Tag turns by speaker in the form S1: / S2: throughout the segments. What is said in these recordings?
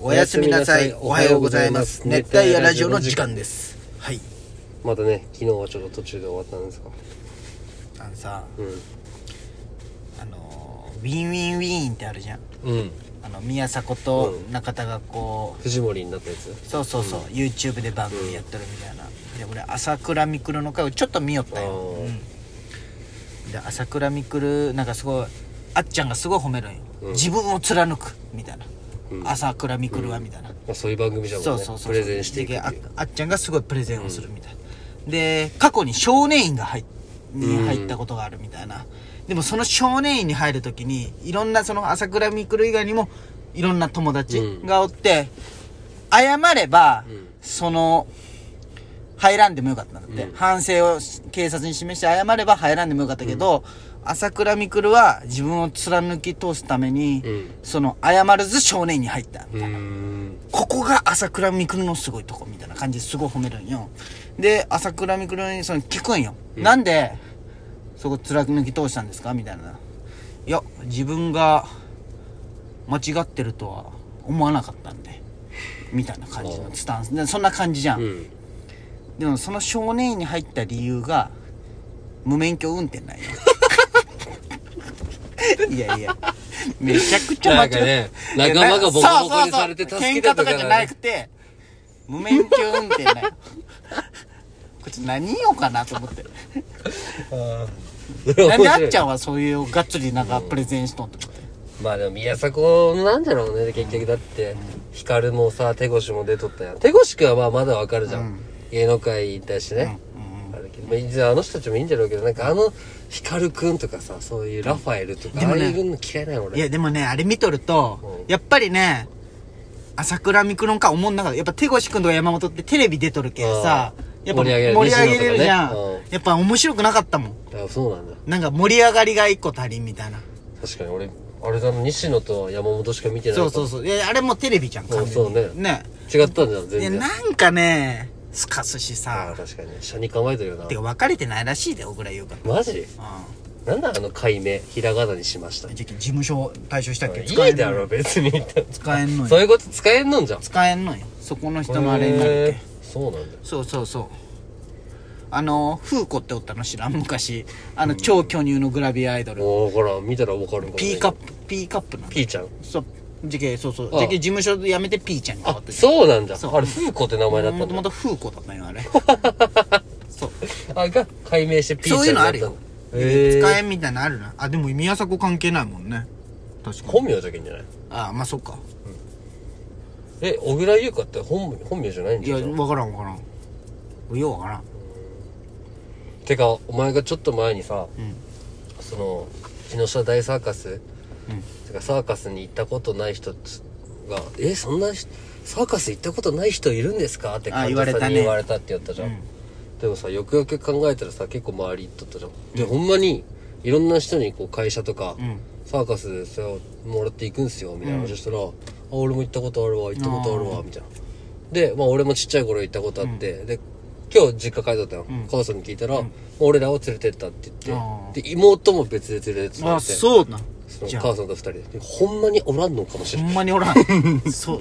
S1: おやすみなさい。おはようございます。熱帯夜ラジオの時間です。はい。
S2: またね昨日はちょっと途中で終わったんですが
S1: あのさ、
S2: う
S1: あのー、ウィンウィンウィーンってあるじゃん。
S2: んうん
S1: あの、宮迫と
S2: うん
S1: 中田がこ
S2: 藤森になったやつ
S1: う、そうそうそう、YouTube で番組やってるみたいな。で、俺、朝倉未来の回をちょっと見よったよ。
S2: あー
S1: うんで、朝倉未来、なんかすごい、あっちゃんがすごい褒めるんよ。
S2: うん
S1: 自分を貫く、みたいな。
S2: うん
S1: 朝倉未来は、みたいな。
S2: まあそういう番組じゃもんね
S1: そうそうそう
S2: プレゼンしていくってい
S1: で
S2: う
S1: ああっちゃんがすごいプレゼンをするみたい、で過去に少年院が入っに入ったことがあるみたいな、でもその少年院に入るときにいろんなその朝倉未来以外にもいろんな友達がおって、謝れば、
S2: うん
S1: その入らんでもよかったんだって、
S2: うん
S1: 反省を警察に示して謝れば入らんでもよかったけど、朝倉未来は自分を貫き通すために、
S2: うん
S1: その謝らず少年院に入ったみたいな
S2: うーん
S1: ここが朝倉未来のすごいとこみたいな感じですごい褒めるんよ。で、朝倉未来にその聞くんよ。なんで、そこ貫き通したんですかみたいな。いや、自分が間違ってるとは思わなかったんで。みたいな感じのスタンス。でそんな感じじゃん。
S2: うん
S1: でもその少年院に入った理由が、無免許運転 なんよ。いやいや、めちゃくちゃ間違
S2: な
S1: っ
S2: んかね仲間がボコボコにされて助けて
S1: た
S2: た
S1: と
S2: か
S1: からじゃな
S2: ね
S1: くて、無免許運転 なんよ。こいつ何言おうかなと思って。なんであっちゃんはそういうがっつりなんかプレゼンしとんと思って。
S2: まあでも宮迫なんだろうね結局だって光もさ手越も出とったやん手越くんはまあまだわかるじゃん、芸能界に対してね、あるけどまあいずれあの人たちもいいんだろうけどなんかあの光くんとかさそういうラファエルとか、
S1: で
S2: あ
S1: も
S2: あ
S1: ね
S2: いうの嫌いなよ
S1: い
S2: 俺
S1: やでもね、あれ見とると、
S2: うん
S1: やっぱりね、朝倉未来か思んなかった。やっぱ手越くんとか山本ってテレビ出とるけさ、
S2: うん
S1: やっぱ
S2: 盛り上げる
S1: 盛り上げれるじゃん。
S2: 西野とかねうん
S1: やっぱ面白くなかったもん。
S2: あそうなんだ
S1: なんか盛り上がりが一個足りんみたいな。
S2: 確かに俺あれだな西野と山本しか見てないか
S1: そ
S2: ら
S1: うそうそう。いや、あれもテレビじゃん、完全に。
S2: そうそうね
S1: ね。
S2: 違ったんじゃ
S1: いや、
S2: ん全然
S1: なんかね、すかすし
S2: ああ
S1: さ。
S2: 確かに車に構えてるよな
S1: てか、別れてないらしいで、小倉優香。
S2: マジ
S1: う
S2: なんだあの解明ひらがなにしました
S1: ん。じゃあ、事務所対象したっけ
S2: いいだ
S1: のよ
S2: ろ別に
S1: 使えんの
S2: そうい
S1: よ。
S2: うこと使えんのんじゃん
S1: 使えんのよ。そこの人のあれになるっ
S2: へ
S1: け。
S2: ーそうなんだ
S1: そうそうそう。あの、風子っておったの知らん昔。あの、超巨乳のグラビアアイドル。
S2: もうほら見たらわかるかも
S1: P カップ、P カップなの。
S2: ピーちゃん
S1: そう。じゃけ、そうそう。
S2: ああ
S1: じゃけ、事務所辞めて P ちゃんに変わ
S2: あ
S1: ったじゃん
S2: そうなんだ
S1: そう
S2: あれフーコって名前だった
S1: も
S2: ん
S1: と
S2: だ
S1: もと風子だったよあれそう
S2: あが解明してピーちゃん
S1: そういうのあるよ
S2: え
S1: 使えみたいなのあるなあでも宮迫関係ないもんね確かに
S2: 本名じゃけんじゃない
S1: ああまあそっか
S2: え小倉優香って本本名じゃないん
S1: い
S2: じゃ
S1: や
S2: んじゃあ
S1: 分からん分からんよう分からん
S2: てかお前がちょっと前にさ
S1: うん
S2: その木下大サーカス
S1: うん
S2: てかサーカスに行ったことない人つが「えそんな人サーカス行ったことない人いるんですか?」って
S1: あ
S2: 患
S1: 言
S2: 者
S1: われ
S2: さ
S1: た
S2: んに
S1: ね
S2: 言われたって言ったじゃん、
S1: うん
S2: でもさよくよく考えたらさ結構周り行っとったじゃんで、ほんまにいろんな人にこう会社とか、
S1: うん
S2: サーカスでそれをもらって行くんすよみたいな話をしたら「あ俺も行ったことあるわ行ったことあるわ」みたいなで、まあ、俺もちっちゃい頃行ったことあって、で今日実家帰っとったよ、母さんに聞いたら、俺らを連れてったって言
S1: あ
S2: っ
S1: ー
S2: てで妹も別で連れてった
S1: あ
S2: って
S1: そうな
S2: その
S1: じゃ
S2: 母
S1: あ
S2: さんと二人でほんまにおらんのかもしれ
S1: ほ
S2: ない
S1: んまにおら んそう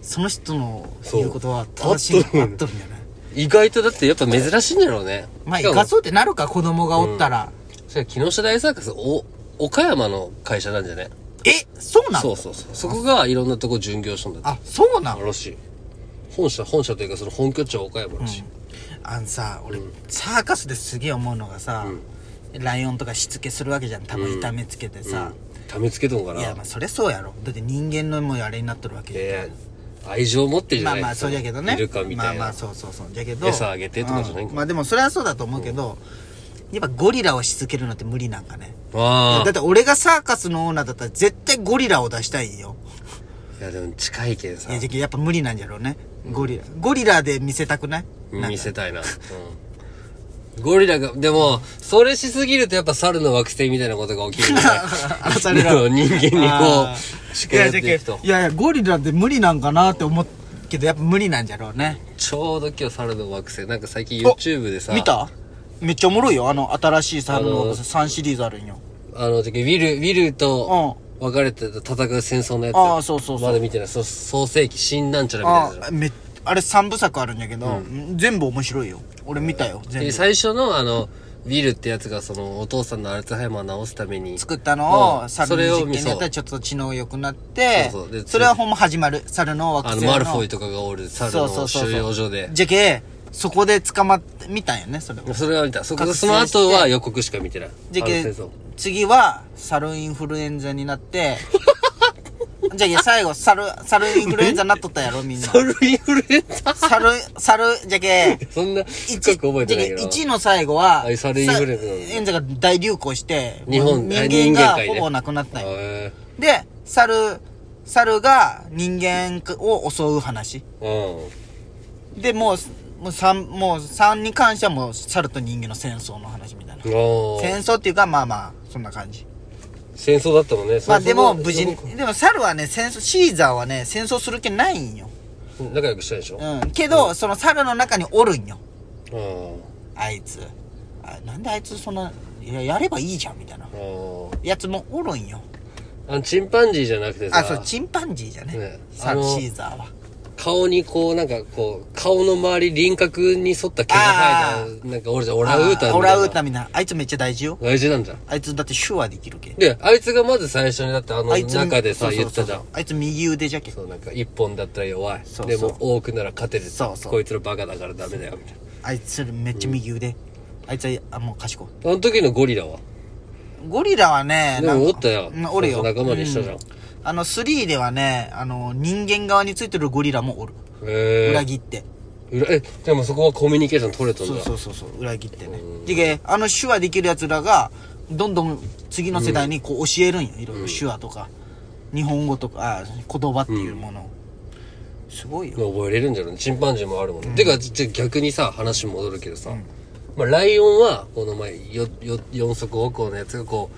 S1: その人の
S2: そう
S1: 言うことは正しいの
S2: 合
S1: 合
S2: っ
S1: っとるんじゃない
S2: 意外とだってやっぱ珍しいんだろうね
S1: まあ
S2: し
S1: い
S2: かも
S1: かそうってなるか子供がおったら、
S2: しかも木下大サーカスお岡山の会社なんじゃね
S1: えそうなの
S2: そうそうそうそこがいろんなとこ巡業したんだって
S1: あそうなの
S2: らしい本社本社というかその本拠地は岡山らしい、
S1: あのさ俺、サーカスですげえ思うのがさ、ライオンとかしつけするわけじゃん多分痛めつけてさ、
S2: ためつけとんかない
S1: やまあそりゃそうやろだって人間のもうあれになっとるわけじゃん
S2: ええ愛情持ってるじゃ
S1: まあ
S2: ない
S1: まあそうじゃけどね
S2: いるかみたいな、
S1: まあまあそうそうそうじゃけど
S2: 餌あげてとかじゃないんか
S1: うんまあでもそれはそうだと思うけど、やっぱゴリラをしつけるのって無理なんかね
S2: あ
S1: だって俺がサーカスのオーナーだったら絶対ゴリラを出したいんよ
S2: あいやでも近いけんさ
S1: いやじゃけやっぱ無理なんじゃろうねゴリラゴリラで見せたくないなんか
S2: 見せたいな、うんゴリラがでもそれしすぎるとやっぱ猿の惑星みたいなことが起きるよね
S1: あそれら
S2: 人間にこ
S1: あ
S2: う
S1: ー
S2: 近寄っていくと
S1: いやいやゴリラって無理なんかなって思うけどやっぱ無理なんじゃろうね
S2: ちょうど今日猿の惑星なんか最近 YouTube でさ
S1: 見ためっちゃおもろいよあの新しいサル
S2: あ
S1: の
S2: の
S1: 3シリーズあるんよ
S2: あの時ウィルウィルと
S1: う
S2: 別れて戦う戦争のやつ
S1: ああそうそうそう
S2: まだ見てないそ創世紀新なんちゃらみたいな
S1: あ
S2: やつじゃん
S1: めあれ3部作あるんだけど、全部面白いよ俺見たよ全
S2: で
S1: 部
S2: 最初のあのウィルってやつがそのお父さんのアルツハイマーを治すために
S1: 作ったのを
S2: うん
S1: 猿
S2: それ
S1: の
S2: を
S1: 実験でやったらちょっと知能良くなって
S2: そうそうで
S1: それはほんま始まる猿の惑
S2: あ
S1: 星
S2: の
S1: の
S2: マルフォイとかがおる猿の収容所で
S1: じゃけそこで捕まって見たんよねそれを
S2: それは見たそ
S1: 覚
S2: こ
S1: 醒して
S2: その後は予告しか見てない
S1: じゃ
S2: あ
S1: け
S2: の戦争
S1: 次は猿インフルエンザになって じゃけ最後猿猿インフルエンザになっとったやろみん な
S2: 猿インフルエン ザ
S1: 猿猿じゃけ
S2: そんな
S1: 一
S2: 深く覚えてないけど
S1: 1の最後は
S2: あれ猿インフルエンザなんだ
S1: さエンザが大流行して
S2: 日
S1: もう
S2: 本あ
S1: 人間が
S2: 界
S1: ほ
S2: ね
S1: ぼなくなったんよ
S2: へ
S1: で猿猿が人間を襲う話
S2: え
S1: でもうもう3もう三に関してはもう猿と人間の戦争の話みたいな
S2: うんおー
S1: 戦争っていうかまあまあそんな感じ
S2: 戦争だったもんね
S1: まあ
S2: そ
S1: でも無事
S2: そ
S1: に
S2: の
S1: でも猿はね戦争シーザーはね戦争する気ないんよ
S2: 仲良くしたでしょ
S1: うんけどその猿の中におるんよ
S2: うん
S1: あいつあなんであいつそんないややればいいじゃんみたいな
S2: うん
S1: やつもおるんよ
S2: あのチンパンジーじゃなくてさ
S1: あそうチンパンジーじゃね
S2: ね
S1: 猿
S2: あの
S1: シーザーは
S2: 顔にこうなんかこう顔の周り輪郭に沿った毛が生えたなんか俺じゃんオラウータンみたい
S1: あ
S2: な
S1: オラウータンみたいなあいつめっちゃ大事よ
S2: 大事なんじゃん
S1: あいつだって手話できるけ
S2: であいつがまず最初にだってあの
S1: あいつ
S2: 中で
S1: そ
S2: さ
S1: うそう
S2: 言
S1: そ
S2: っ
S1: うそう
S2: たじゃん
S1: あいつ右腕じゃけ
S2: そうなんか一本だったら弱い
S1: そうそう
S2: でも多くなら勝てる
S1: そうそう
S2: こいつらバカだからダメだよみたいな
S1: あいつめっちゃ右腕、あいつはあもう賢い
S2: あの時のゴリラは
S1: ゴリラはね
S2: でも
S1: なん
S2: おっ
S1: か
S2: たよ
S1: うんおるよ
S2: そうそう仲間にしたじゃん
S1: うあの3ではねあの人間側についてるゴリラもおる
S2: へ
S1: 裏
S2: え
S1: 切って
S2: 裏えでもそこはコミュニケーション取れたんだ
S1: そうそうそうそう裏切ってねでけあの手話できるやつらがどんどん次の世代にこう教えるんよいろいろ手話とか、日本語とかあ言葉っていうものを、すごいよ、
S2: まあ覚えれるんじゃないチンパンジーもあるもんね、てかじゃ逆にさ話戻るけどさ、まあ、ライオンはこの前よよ四足歩行のやつがこ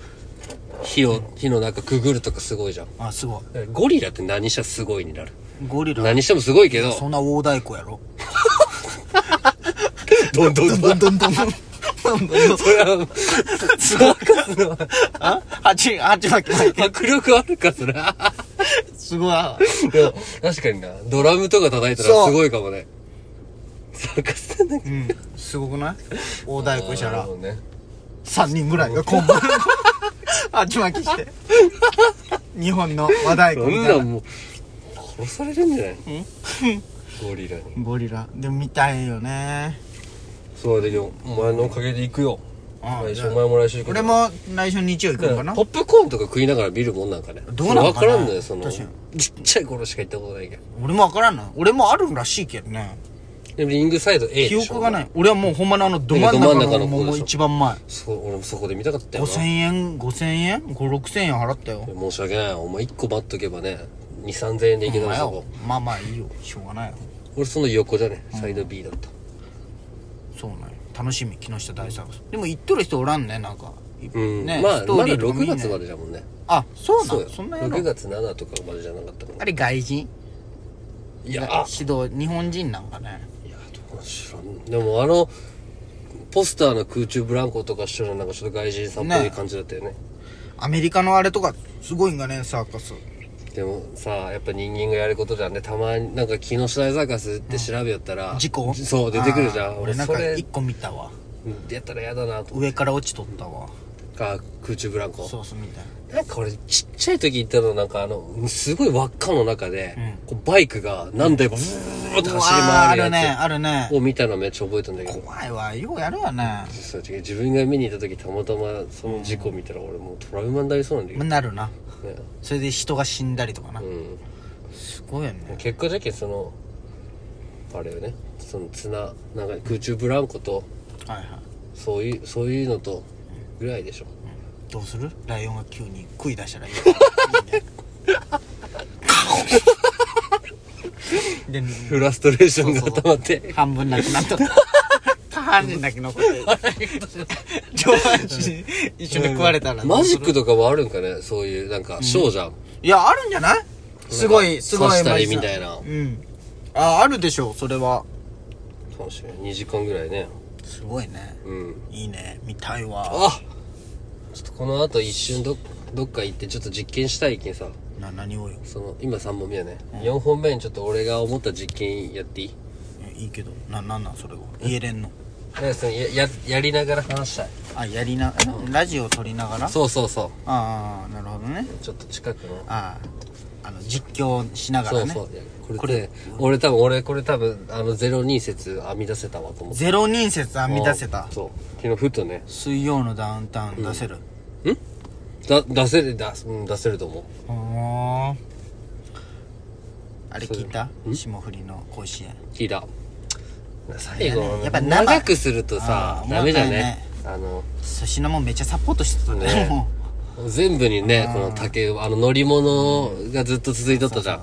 S2: う火を火の中くぐるとかすごいじゃん
S1: あすごい
S2: ゴリラって何したらすごいになる
S1: ゴリラ
S2: 何してもすごいけど
S1: そんな大太鼓やろ
S2: どんどんどん
S1: どんどんどん
S2: それはすごかすのは
S1: あ八八巻き
S2: 迫力あるかそれ
S1: すごい
S2: でも確かになドラムとか叩いたらすごいかもねサーカスだね
S1: うんすごくない大太鼓した
S2: な
S1: ら
S2: るほどね
S1: 3人ぐらいがこんばん鉢巻きして日本の和太
S2: そ
S1: 鼓み
S2: ん
S1: た
S2: な
S1: な
S2: いんもう殺されるんじゃないゴリラに
S1: ゴリラでも見たいよね
S2: そうだけどお前のおかげで行くよ
S1: ああ
S2: 来
S1: じ
S2: 週
S1: ゃあ
S2: お前も来週行く
S1: 俺も来週日曜行くのかな
S2: ポップコーンとか食いながら見るもんなんかね
S1: どうなの
S2: 分
S1: か
S2: か
S1: な
S2: らんのよその
S1: 確
S2: ち
S1: か
S2: っちゃい頃しか行ったことないけど
S1: 俺もわからんな俺もあるらしいけどね
S2: でもリングサイド A でし
S1: 記
S2: ょ
S1: 憶がない俺はもうほんまのあのど真ん
S2: ど真ん
S1: 中の
S2: 中の方でしょ
S1: もう一番前
S2: そう俺もそこで見たかったよ
S1: 5000
S2: な
S1: 円5000円56000円払ったよ
S2: 申し訳ないお前1個待っとけばね23000円で行けた
S1: まあ
S2: のそ
S1: よ
S2: こ
S1: まあまあいいよしょうがないよ
S2: 俺その横じゃねサイド B だった
S1: そうなんよ楽しみ木下大作でも行っとる人おらんねなんか
S2: うん
S1: ね
S2: まあ
S1: ストー
S2: ま
S1: リ
S2: だ
S1: ーとか
S2: 6
S1: 見んね
S2: 月までじゃもんね
S1: あそうな
S2: そうよ
S1: のそんなやろ
S2: 6月7とかまでじゃなかったか
S1: あ
S2: ら
S1: れ外人
S2: い
S1: い
S2: や
S1: 指導日本人なんかね
S2: いやどうしろでもあのポスターの空中ブランコとかしてるのなんかちょっと外人さんっぽい感じだったよね
S1: アメリカのあれとかすごいんがねサーカス
S2: でもさやっぱ人間がやることじゃんねたまになんか木下サーカスって調べよったら、
S1: 事故
S2: そう出てくるじ
S1: あ
S2: ゃ
S1: ー
S2: ん
S1: 俺
S2: 俺
S1: なん
S2: そ
S1: か
S2: れ
S1: 一個見たわ
S2: やったら嫌だなと
S1: 上から落ちとったわ
S2: か空中ブランコ
S1: そうそうみたい
S2: なんか俺ちっちゃい時行ったのなんかあのすごい輪っかの中で、こうバイクが何台もブーって走り
S1: あ
S2: 回
S1: る
S2: る
S1: ね
S2: や
S1: あるね
S2: つを見たのめっちゃ覚えたんだけど
S1: 怖いわようやるわね
S2: そう違う自分が見に行った時たまたまその事故見たら俺もうトラウマになりそうなんだけど
S1: まあなるな
S2: ね
S1: それで人が死んだりとかな
S2: うん
S1: すごいよね
S2: 結果じゃけそのあれよねその綱なんか空中ブランコと
S1: はいはい
S2: そういうそういうのとぐらいでしょ
S1: どうするライオンが急に食い出したらいいい いね
S2: フラストレーションが溜まって
S1: で半分なくなっとった下 半身だけ残って上半身一緒に食われたら
S2: マジッ
S1: どう
S2: クとかはあるんかねそういうなんかショーじゃん、
S1: するいやあるんじゃないすごいすごい
S2: 刺したり
S1: マジック
S2: みたいな
S1: うんああるでしょうそれは
S2: かもしれない2時間ぐらいね
S1: すごいね
S2: うん
S1: いいね見たいわ
S2: あちょっとこの後一瞬どっどっか行ってちょっと実験したいけんさ
S1: な何をよ
S2: その今3本目やね、4本目にちょっと俺が思った実験やっていい
S1: えいいけどななんなんそれは言えれんの
S2: なんかそのやややりながら話したい
S1: あやりなラジオ撮りながら
S2: そうそうそ
S1: ああなるほどね
S2: うちょっと近くの
S1: あああの実況しなが
S2: そ
S1: ら
S2: う
S1: ね
S2: そうこ
S1: こ
S2: れこ
S1: れ
S2: れ俺多分俺これ多分あのゼロ二節編み出せたわと思って
S1: ゼロ人説編み出せた
S2: そう昨日ふとね
S1: 水曜のダウンタウン出せる、
S2: んだ出せる出すうん出せると思う
S1: うーんあれ聞いた
S2: それん
S1: 霜降りの甲子園
S2: 聞いた最後
S1: やっぱ生
S2: 長くするとさ
S1: あー
S2: ダメじゃね
S1: もっ
S2: ねあの
S1: 粗品もめっちゃサポートしてたね
S2: ね
S1: も
S2: 全部にねこの竹あの乗り物がずっと続いとったじゃん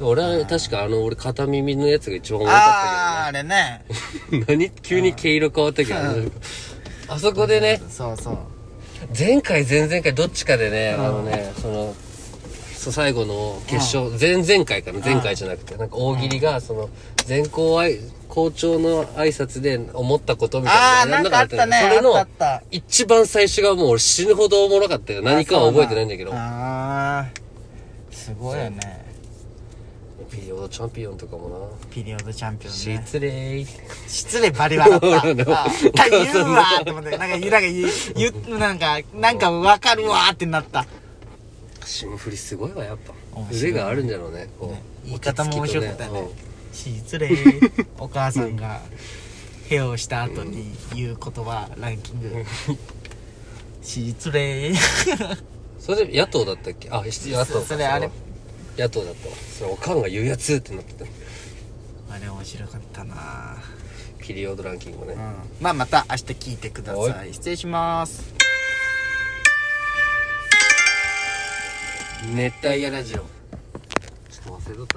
S2: 俺は確かあの俺片耳のやつが一番
S1: う
S2: 多
S1: ああ
S2: か
S1: あれね
S2: ったけどね何急に毛色変わったけどねあそこでね
S1: そうそう
S2: 前回前々回どっちかでねあのねそのそう最後の決勝前々回かな前回じゃなくてなんか大喜利がその前校あい校長の挨拶で思ったことみたいな
S1: あー
S2: のやん
S1: なんかあったね
S2: それの
S1: あったあった
S2: 一番最初がもう俺死ぬほどおもろかったよ何かは覚えてないんだけど
S1: ああすごいよね
S2: ピリオドチャンピオンとかもな
S1: ピリオドチャンピオンね
S2: 失礼
S1: 失礼バリ笑ったあ
S2: 俺の
S1: ー大変言うわーって思ってなんか言うなんか言う言うなんかなんか分かるわーってなった
S2: 霜降りすごいわやっぱ
S1: 面白い
S2: 腕があるんだろうねこ
S1: ね
S2: う
S1: 言い方も面白かったよね
S2: うん
S1: 「失礼」お母さんがヘをした後に言う言葉ランキン グ「失礼」
S2: それで野党だったっけあ失礼野党
S1: それあれ
S2: 野党だったわそれおかんが言うやつってなってた
S1: あれ面白かったな
S2: ピリオドランキングね
S1: うんまあまた明日聞いてくださ
S2: はい
S1: 失礼します
S2: 熱帯夜ラジオちょっと忘れとった